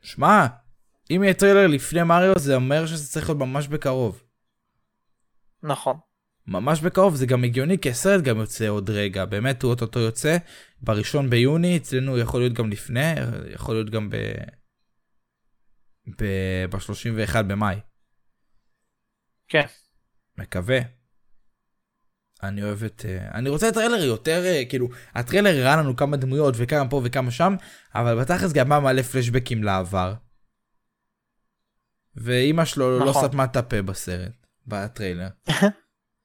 שמע, אם יהיה טריילר לפני מריו זה אומר שזה צריך להיות ממש בקרוב.
נכון.
ממש בקרוב זה גם הגיוני כי הסרט גם יוצא עוד רגע באמת הוא אוטוטו יוצא בראשון ביוני אצלנו יכול להיות גם לפני יכול להיות גם ב... ב... ב-31 במאי.
כן.
מקווה. אני אוהב את... אה, אני רוצה טריילר יותר, אה, כאילו, הטריילר הראה לנו כמה דמויות וכמה פה וכמה שם, אבל בתכלס גם היה מלא פלשבקים לעבר. ואימא שלו לא
נכון.
סתמה את הפה בסרט, בטריילר.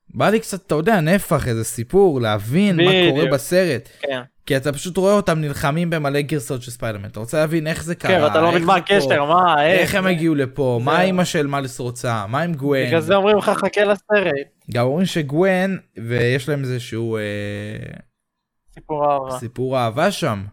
בא לי קצת, אתה יודע, נפח, איזה סיפור, להבין מה קורה
בדיוק.
בסרט.
כן.
כי אתה פשוט רואה אותם נלחמים במלא גרסאות של ספיידרמן, אתה רוצה להבין איך זה קרה.
כן, ואתה לא
איך
מבין מה
זה פה,
הקשר, אה, מה,
איך
איך.
הם הגיעו לפה, מה
זהו.
אימא של מאליס רוצה, מה עם גווין.
בגלל זה אומרים לך חכה לסרט.
גם אומרים שגוון ויש להם איזשהו אה,
סיפור אהבה.
סיפור אהבה שם.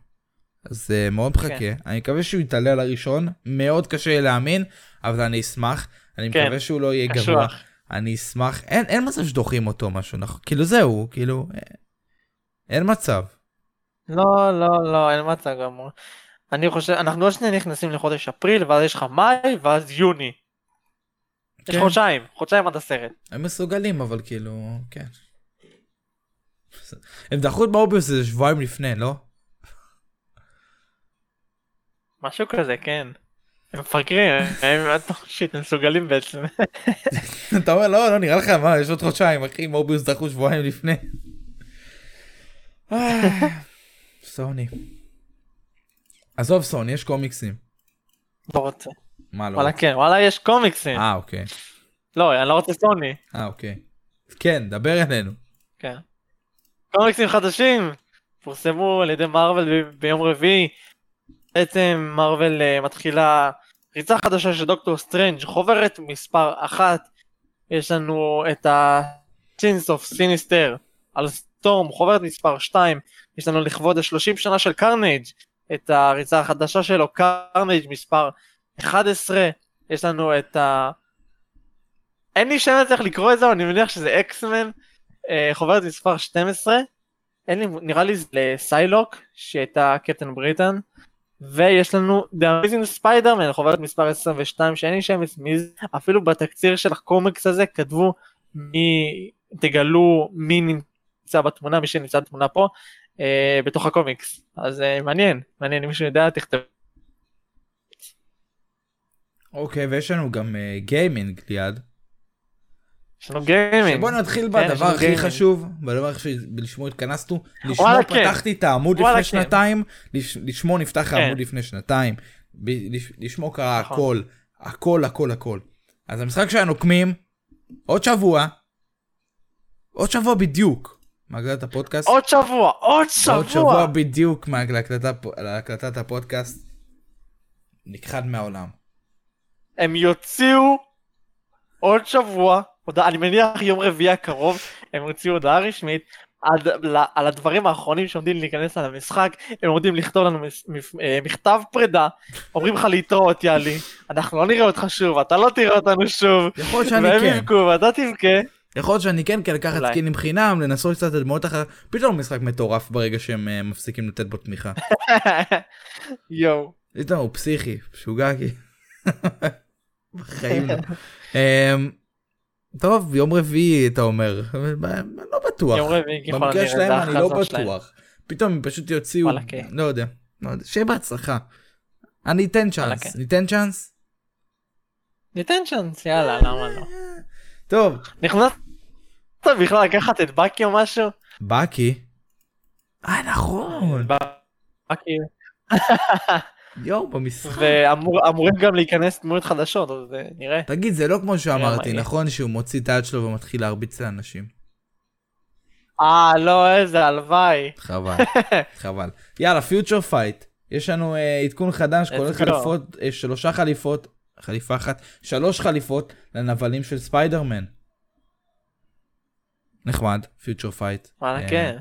אז אה, מאוד מחכה.
אה. כן.
אני מקווה שהוא יתעלה על הראשון, מאוד קשה לי להאמין, אבל אני אשמח. אני
כן.
מקווה שהוא לא יהיה גבוה.
קשוח.
אני אשמח. אין, אין מצב שדוחים אותו משהו, נכון? כאילו זהו, כאילו... אה, אין מצב.
לא, לא, לא, אין מצב גם. אני חושב, אנחנו עוד שנייה נכנסים לחודש אפריל, ואז יש לך מאי, ואז יוני. יש
כן.
חודשיים, חודשיים עד הסרט.
הם מסוגלים, אבל כאילו... כן. הם דחו את מורביוס איזה שבועיים לפני, לא?
משהו כזה, כן. הם מפגרים, הם שיט, הם מסוגלים בעצם.
אתה אומר לא לא נראה לך מה יש עוד חודשיים אחי מורביוס דחו שבועיים לפני. אה, סוני. עזוב סוני יש קומיקסים.
לא רוצה.
מה לא?
וואלה כן, וואלה יש קומיקסים.
אה אוקיי.
לא, אני לא רוצה סוני.
אה אוקיי. כן דבר אלינו.
כן. קומיקסים חדשים פורסמו על ידי מארוול ב- ביום רביעי. בעצם מארוול אה, מתחילה ריצה חדשה של דוקטור סטרנג' חוברת מספר אחת. יש לנו את ה-Sins of Sinister על סטורם חוברת מספר 2. יש לנו לכבוד ה-30 שנה של קרנייג' את הריצה החדשה שלו קרנייג' מספר 11. יש לנו את ה... אין לי שם צריך לקרוא את זה אבל אני מניח שזה אקסמן. אה, חוברת מספר 12, אין לי, נראה לי זה לסיילוק שהייתה קפטן בריטן, ויש לנו The Amazing Spider-Man חוברת מספר 22 שאין לי שם מי זה, אפילו בתקציר של הקומיקס הזה כתבו מי, תגלו מי נמצא בתמונה, מי שנמצא בתמונה פה, אה, בתוך הקומיקס, אז אה, מעניין, מעניין אם מישהו יודע תכתב.
אוקיי ויש לנו גם אה, גיימינג ליד.
יש לנו גיימינג.
בוא נתחיל
כן, יש
בדבר
לנו
הכי
גיימינג.
חשוב בדבר הכי- שלשמו התכנסנו. לשמו
וואלה, כן.
פתחתי את העמוד
וואלה,
לפני
כן.
שנתיים. לש- לשמו נפתח
כן.
העמוד לפני שנתיים. ב- לש- לשמו קרה
נכון.
הכל. הכל הכל הכל. אז המשחק שלנו נוקמים עוד שבוע. עוד שבוע בדיוק. מהקלטת הפודקאסט.
עוד שבוע, עוד שבוע.
עוד שבוע בדיוק מהקלטת הפ- להקלטת הפודקאסט. נכחד מהעולם.
הם יוציאו עוד שבוע, הודעה, אני מניח יום רביעי הקרוב, הם יוציאו הודעה רשמית עד, ל- על הדברים האחרונים שעומדים להיכנס על המשחק, הם עומדים לכתוב לנו מס- מפ- אה, מכתב פרידה, אומרים לך להתראות יאלי, אנחנו לא נראה אותך שוב, אתה לא תראה אותנו שוב,
יכול להיות שאני
והם
כן.
יבכו ואתה תבכה,
יכול להיות שאני כן, כי לקחת
אולי.
סקינים חינם, לנסות קצת לדמות אחר, פתאום משחק מטורף ברגע שהם אה, מפסיקים לתת בו תמיכה.
יואו,
פתאום הוא פסיכי, משוגע כי... בחיים לא. אמ, טוב, יום רביעי אתה אומר, אבל אני לא בטוח.
יום רביעי ככל
במקרה
הנראה,
שלהם
זה
אני לא
החזון שלהם.
בטוח. פתאום הם פשוט יוציאו,
וואלה, כן.
לא יודע, לא יודע, שיהיה בהצלחה. אני אתן
וואלה,
צ'אנס,
כן.
ניתן צ'אנס?
ניתן צ'אנס, יאללה, למה לא,
טוב,
נכנסת בכלל לקחת את בקי או משהו?
בקי. אה, נכון.
בקי
יואו, במשחק.
ואמורים גם להיכנס דמויות חדשות, אז אה, נראה.
תגיד, זה לא כמו שאמרתי,
מעניין.
נכון? שהוא מוציא את היד שלו ומתחיל להרביץ לאנשים.
אה, לא, איזה, הלוואי.
חבל, חבל. יאללה, פיוטר פייט. יש לנו אה, עדכון חדש,
Let's
כולל
go.
חליפות, אה, שלושה חליפות, חליפה אחת, שלוש חליפות לנבלים של ספיידרמן. נחמד, פיוטר פייט.
וואלה, כן.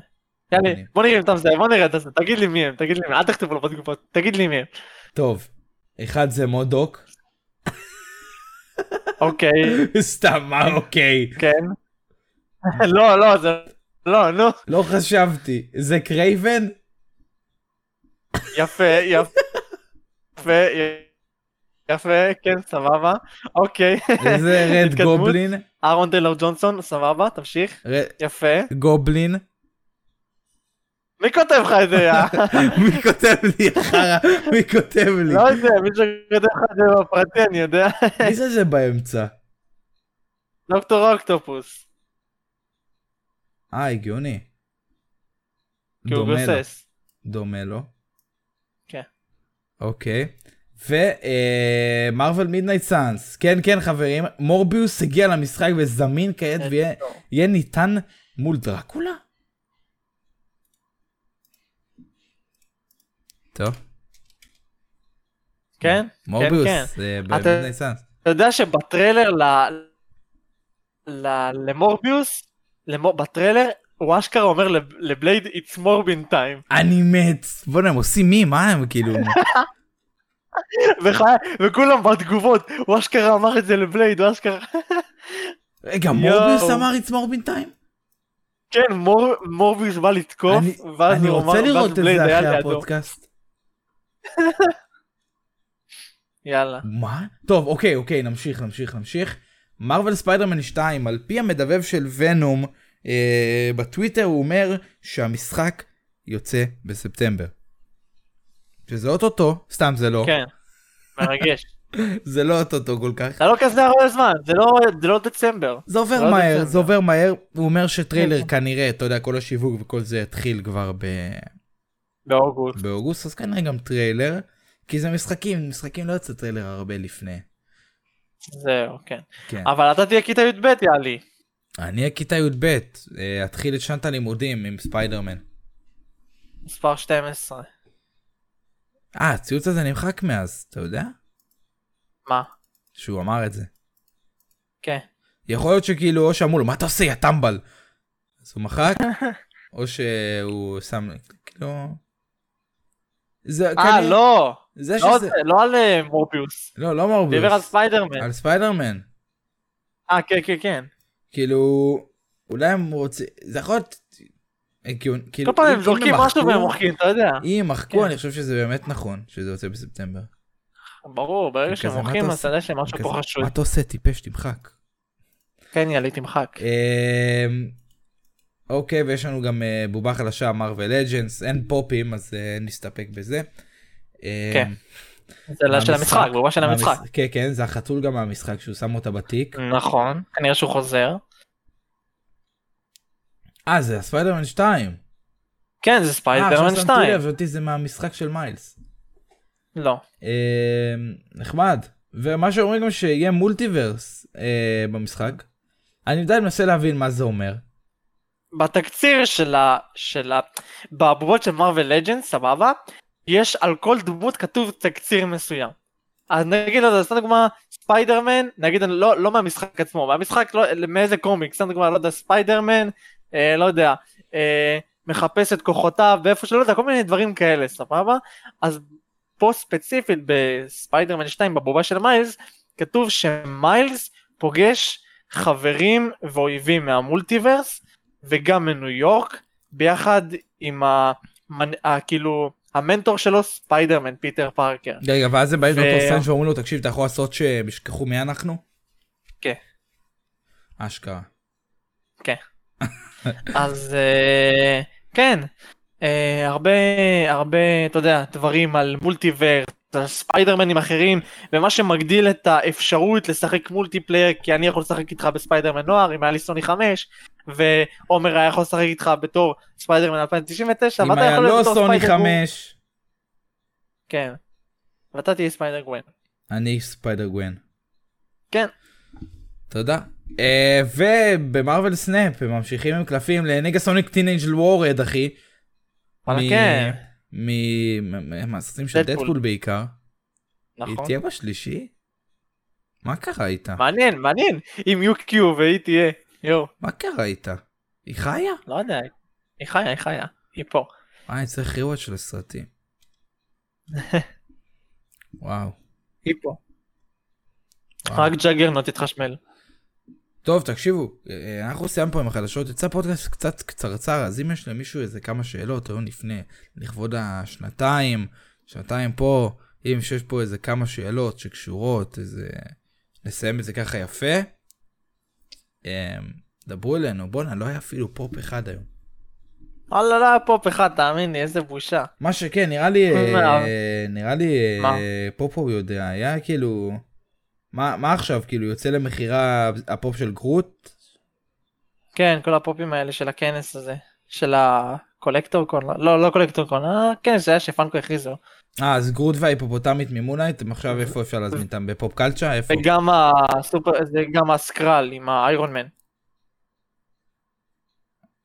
יאללה, בוא נראה אם אתה מזהה, בוא נראה את זה, תגיד לי מי הם, תגיד לי מי הם, אל תכתבו לו בתגובות, תגיד לי מי הם.
טוב, אחד זה מודוק.
אוקיי,
סתם, מה אוקיי?
כן. לא, לא, זה... לא, נו.
לא חשבתי. זה קרייבן?
יפה, יפה. יפה, יפה, כן, סבבה. אוקיי.
זה רד
התקדמות.
גובלין?
אהרון טיילור ג'ונסון, סבבה, תמשיך.
רד
יפה.
גובלין?
מי כותב לך את זה, יא?
מי כותב לי אחרא? מי כותב לי?
לא יודע, מי שכותב לך את זה בפרטי, אני יודע.
מי זה זה באמצע?
דוקטור אוקטופוס.
אה, הגיוני.
כי הוא
דומה לו.
גוסס.
דומה לו.
כן.
אוקיי. אה, ומרוויל מידנייט סאנס, כן כן חברים, מורביוס הגיע למשחק וזמין כעת
כן,
ויהיה
טוב.
יהיה ניתן מול דרקולה? טוב,
כן?
מורביוס, אה,
כן,
זה
אתה-
במידנייט סאנס.
אתה יודע שבטריילר ל... ל... למורביוס, למור... בטריילר, הוא אשכרה אומר לב- לבלייד it's מורבין טיים.
אני מת, בוא'נה הם עושים מי, מה הם כאילו,
וחי- וכולם בתגובות, הוא אשכרה אמר את זה לבלייד, הוא אשכרה...
רגע מורביוס
יואו.
אמר יצמור בינתיים?
כן, מור... מורביוס בא לתקוף,
אני-
ואז
אני
הוא אמר,
רוצה לראות
ואז
את
בלייד
זה
היה
אחרי
לידו.
הפודקאסט.
יאללה.
מה? טוב, אוקיי, אוקיי, נמשיך, נמשיך, נמשיך. מרוויל ספיידרמן 2, על פי המדבב של ונום, אה, בטוויטר הוא אומר שהמשחק יוצא בספטמבר. שזה אוטוטו, סתם זה לא,
כן, מרגש.
זה לא אוטוטו כל כך.
אתה לא כזה הרבה זמן, זה לא, זה לא דצמבר.
זה עובר
לא
מהר,
דצמבר.
זה עובר מהר, הוא אומר שטריילר
כן.
כנראה, אתה יודע, כל השיווק וכל זה יתחיל כבר ב-
באוגוסט.
באוגוסט, אז כנראה גם טריילר, כי זה משחקים, משחקים לא יוצא טריילר הרבה לפני.
זהו, כן.
כן.
אבל אתה תהיה כיתה י"ב, יאלי.
אני הכיתה י"ב, אה, אתחיל את שנת הלימודים עם ספיידרמן.
מספר 12.
אה, הציוץ הזה נמחק מאז, אתה יודע?
מה?
שהוא אמר את זה.
כן.
יכול להיות שכאילו, או שאמרו לו, מה אתה עושה, יא טמבל? אז הוא מחק, או שהוא שם, כאילו... זה,
אה,
כנראה-
לא!
זה
לא
שזה...
זה- לא על אה, מורביוס.
לא, לא מרביוס.
דיבר על ספיידרמן.
על ספיידרמן.
אה, כן, כן, כן.
כאילו, אולי הם רוצים... זה יכול להיות... הגיון, כאילו...
כל פעם
אם-
הם
אם
זורקים
מחקו-
משהו והם מוחקים, אתה יודע.
אם הם מחקו,
כן.
אני חושב שזה באמת נכון, שזה יוצא בספטמבר.
ברור, ברגע שהם
כזה, מה
מוחקים,
אתה
אתה יודע שמשהו
כזה,
פה חשוב.
מה אתה עושה, טיפש, תמחק.
כן, יאלי, תמחק.
אמ, אוקיי, ויש לנו גם אה, בובה חדשה, מרוויל לג'נס, אין פופים, אז אה, נסתפק בזה. אמ,
כן, זה לא של המשחק, ברובה של
מהמש-
המשחק.
כן, כן, זה החתול גם מהמשחק, שהוא שם אותה בתיק.
נכון, כנראה שהוא חוזר.
אה, זה אה, הספיידרמן 2.
כן, זה ספיידרמן 2.
אותי זה מהמשחק של מיילס.
לא.
אמ, נחמד. ומה שאומרים גם שיהיה מולטיברס אה, במשחק. אני עדיין מנסה להבין מה זה אומר.
בתקציר של ה... של ה... בבובות של מרוויל לג'נד, סבבה, יש על כל דמות כתוב תקציר מסוים. אז נגיד, אז סתם דוגמה, ספיידרמן, נגיד, אני לא, לא מהמשחק עצמו, מהמשחק, לא, מאיזה קומיק, סתם דוגמה, לא יודע, ספיידרמן, אה, לא יודע, אה, מחפש את כוחותיו, ואיפה שלא יודע, כל מיני דברים כאלה, סבבה? אז פה ספציפית בספיידרמן 2, בבובה של מיילס, כתוב שמיילס פוגש חברים ואויבים מהמולטיברס, וגם מניו יורק ביחד עם ה... ה... כאילו המנטור שלו ספיידרמן פיטר פארקר
רגע, ואז הם באים
ו-
לדוקטור סטרנג' ואומרים לו, תקשיב, אתה יכול לעשות שהם ישכחו מי אנחנו?
כן.
אשכרה.
אז אה, כן אה, הרבה הרבה אתה יודע דברים על מולטיברס על ספיידרמנים אחרים ומה שמגדיל את האפשרות לשחק מולטיפלייר כי אני יכול לשחק איתך בספיידרמן נוער אם היה לי סוני 5 ועומר היה יכול לשחק איתך בתור ספיידרמן 2099
אם
ואתה
היה
יכול להיות
לא
בתור
סוני
ספיידר גוון.
5,
כן ואתה תהיה ספיידר גווין
אני ספיידר גווין.
כן
תודה. אה, ובמרוויל סנאפ הם ממשיכים עם קלפים לנגה סוניק טינג' וורד אחי.
וואלה,
מ-
כן.
מ- מה- מהסרטים של
דדפול.
דדפול בעיקר. היא
נכון.
תהיה בשלישי? מה קרה איתה?
מעניין, מעניין. אם יהיו קיו והיא תהיה. יואו,
מה קרה איתה? היא חיה?
לא יודע. היא חיה, היא חיה. היא פה.
אה, אני צריך ריוואט של הסרטים. וואו.
היא פה.
וואו.
רק ג'אגרנוט תתחשמל.
טוב, תקשיבו, אה, אנחנו סיימנו פה עם החדשות, יצא פודקאסט קצת קצרצר, אז אם יש למישהו איזה כמה שאלות היום לפני, לכבוד השנתיים, שנתיים פה, אם יש פה איזה כמה שאלות שקשורות, איזה... נסיים את זה ככה יפה, אה, דברו אלינו, בואנה, לא היה אפילו פופ אחד היום.
וואלה, לא היה פופ אחד, תאמין לי, איזה בושה.
מה שכן, נראה לי, אה,
מה?
נראה לי, אה,
מה?
פופו יודע, היה כאילו, מה מה עכשיו, כאילו, יוצא למכירה הפופ של גרוט?
כן, כל הפופים האלה של הכנס הזה, של הקולקטור קון, לא, לא קולקטור קון, הכנס היה שפנקו הכריזו.
אה, אז גרוט וההיפופוטמית ממונייט, הם עכשיו איפה אפשר להזמין אותם? בפופ קלצ'ה? איפה?
וגם הסופר, זה גם הסקרל עם האיירון מן.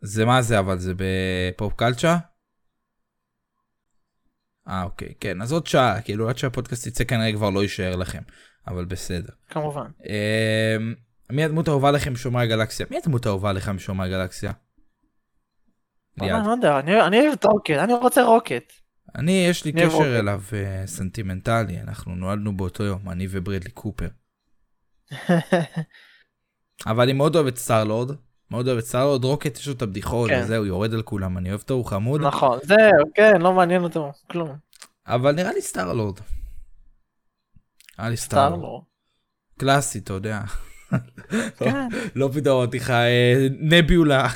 זה מה זה אבל, זה בפופ קלצ'ה? אה, אוקיי, כן, אז עוד שעה, כאילו עד שהפודקאסט יצא כנראה כבר לא יישאר לכם, אבל בסדר.
כמובן.
אמ, מי הדמות האהובה לכם משומרי הגלקסיה? מי הדמות האהובה לך משומרי הגלקסיה? ליעד.
אני לא יודע, אני- אני אוהב את רוקט, אני רוצה רוקט.
אני, יש לי
אני אוהב
קשר
אוכל.
אליו אה, סנטימנטלי, אנחנו נולדנו באותו יום, אני וברדלי קופר. אבל אני מאוד אוהב את סטארלורד, מאוד אוהב את סטארלורד, רוקט יש לו את הבדיחות,
כן.
וזהו, יורד על כולם, אני אוהב אותו, הוא חמוד,
נכון, זהו, כן, לא מעניין אותו כלום.
אבל נראה לי סטארלורד. נראה לי סטארלורד.
סטארלור.
קלאסי, אתה יודע.
כן.
לא פתאום אמרתי לך, אה, נביולה.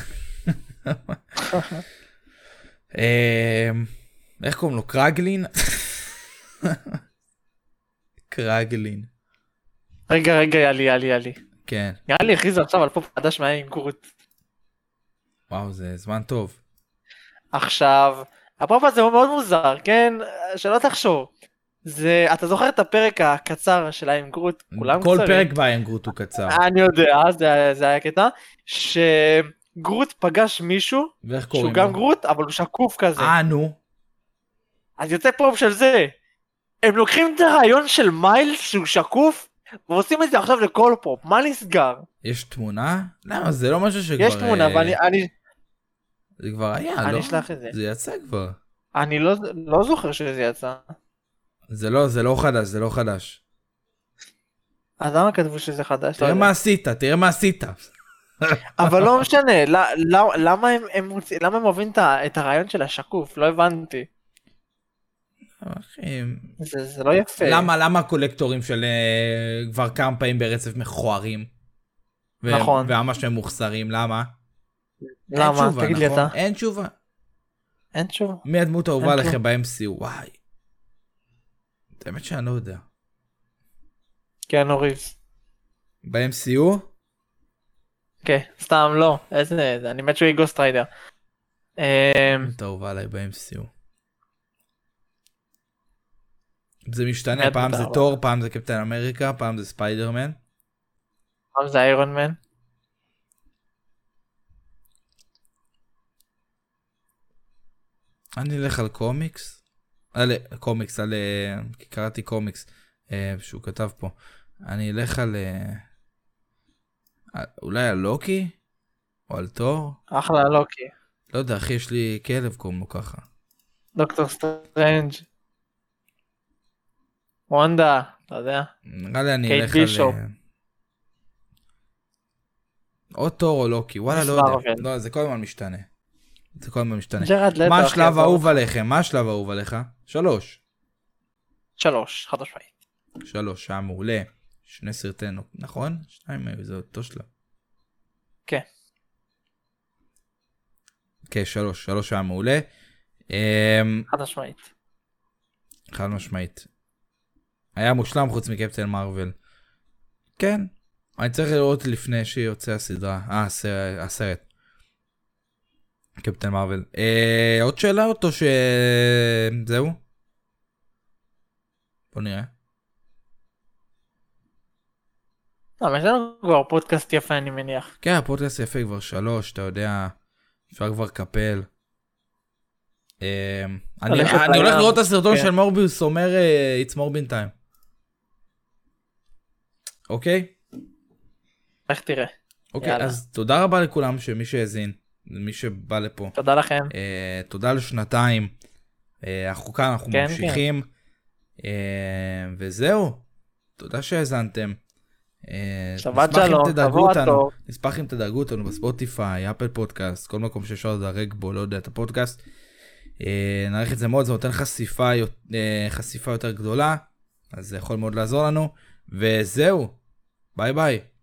אה, איך קוראים לו? קרגלין? קרגלין,
רגע, רגע, יאלי, יאלי, יאלי.
כן.
נראה לי הכריזו עכשיו על פופ חדש מה עם גרוט.
וואו, זה זמן טוב.
עכשיו, הפופ הזה הוא מאוד מוזר, כן? שלא תחשוב. זה, אתה זוכר את הפרק הקצר של עם גרוט? כולם
כל
קצרים. אה,
פרק באיים גרוט הוא קצר.
אני יודע, זה, היה- זה היה קטע. שגרוט פגש מישהו,
ואיך קוראים
שהוא
לו?
גם גרוט, אבל הוא שקוף כזה.
אה, נו.
אז יוצא פופ של זה. הם לוקחים את הרעיון של מיילס שהוא שקוף, ועושים את זה עכשיו לכל פופ, מה נסגר?
יש תמונה? למה, זה לא משהו שכבר...
יש תמונה,
אה,
אבל אני- אני-
זה כבר היה, לא?
אני אשלח את זה.
זה יצא כבר.
אני לא לא זוכר שזה יצא.
זה לא, זה לא חדש, זה לא חדש.
אז למה כתבו שזה חדש? לא
תראה
יודע.
מה עשית, תראה מה עשית.
אבל לא משנה, ל- ל- למה הם- הם מוצאים- למה הם אוהבים את ה- את הרעיון של השקוף? לא הבנתי.
אחי,
זה זה לא יפה.
למה למה הקולקטורים של אה, כבר כמה פעמים ברצף מכוערים? ו-
נכון.
והמה שהם מוחסרים, למה? אין
למה?
תשובה,
תגיד לי
נכון?
אתה.
אין תשובה.
אין תשובה.
מי הדמות האהובה
אין תשובה.
לכם ב-MCU? וואי. את האמת שאני לא יודע.
כן, אוריבס.
ב-MCU?
כן, סתם לא. איזה... זה- אני מת שהוא יהיה גוסט ריידר. אמ,
את האהובה עליי ב-MCU. זה משתנה,
הדמות
פעם זה
האהובה.
תור, פעם זה קפטן אמריקה, פעם זה ספיידרמן.
פעם זה איירון מן.
אני אלך על קומיקס. על קומיקס, על... אה, כי קראתי קומיקס אה, שהוא כתב פה. אני אלך על... אה, על- אולי על לוקי? או על תור?
אחלה לוקי.
לא יודע, אחי, יש לי כלב קוראים לו ככה.
דוקטור סטרנג'. וונדה, אתה יודע.
נראה לי אני
קייט
אלך על...
בישופ.
אה, או תור או לוקי, וואלה, לא
מיס
יודע.
מארוול.
לא, זה כל הזמן משתנה. זה כל הזמן משתנה.
ג'רד לטו.
כן. מה
אחי,
השלב
עזוב
האהוב
אותך.
עליכם? מה השלב האהוב עליך? שלוש.
שלוש, חד משמעית.
שלוש, שעה מעולה. שני סרטי נוק, נכון? שניים היו, זה אותו שלב.
כן.
כן, שלוש, שלוש שעה מעולה. אמ,
חד משמעית.
חד משמעית. היה מושלם חוץ מקפטן מרוויל. כן. אני צריך לראות לפני שיוצא הסדרה, אה, הסרט. הסרט. קפטן מרוויל. אה, עוד שאלה אותו שזהו? בוא נראה.
למה, יש לנו לא כבר פודקאסט יפה אני מניח.
כן, הפודקאסט יפה כבר שלוש, אתה יודע, אפשר כבר לקפל. אמ, אני
ללכת
אני הולך
לים,
לראות את הסרטון
כן.
של מורביוס אומר אה, it's more been time. אוקיי?
איך תראה.
אוקיי,
יאללה.
אז תודה רבה לכולם שמי שהאזין, מי שבא לפה.
תודה לכם.
אה, תודה לשנתיים. אה, אנחנו כאן, אנחנו
כן,
ממשיכים. אה, וזהו, תודה שהאזנתם. אה,
שבת
נשמח אם
שלום,
תדרגו
שבוע
אותנו-
טוב.
נשמח אם תדרגו אותנו בספוטיפיי, אפל פודקאסט, כל מקום שאפשר לדרג בו, לא יודע, את הפודקאסט. אה, נעריך את זה מאוד, זה נותן חשיפה, יו- אה, חשיפה יותר גדולה, אז זה יכול מאוד לעזור לנו. וזהו, ביי ביי.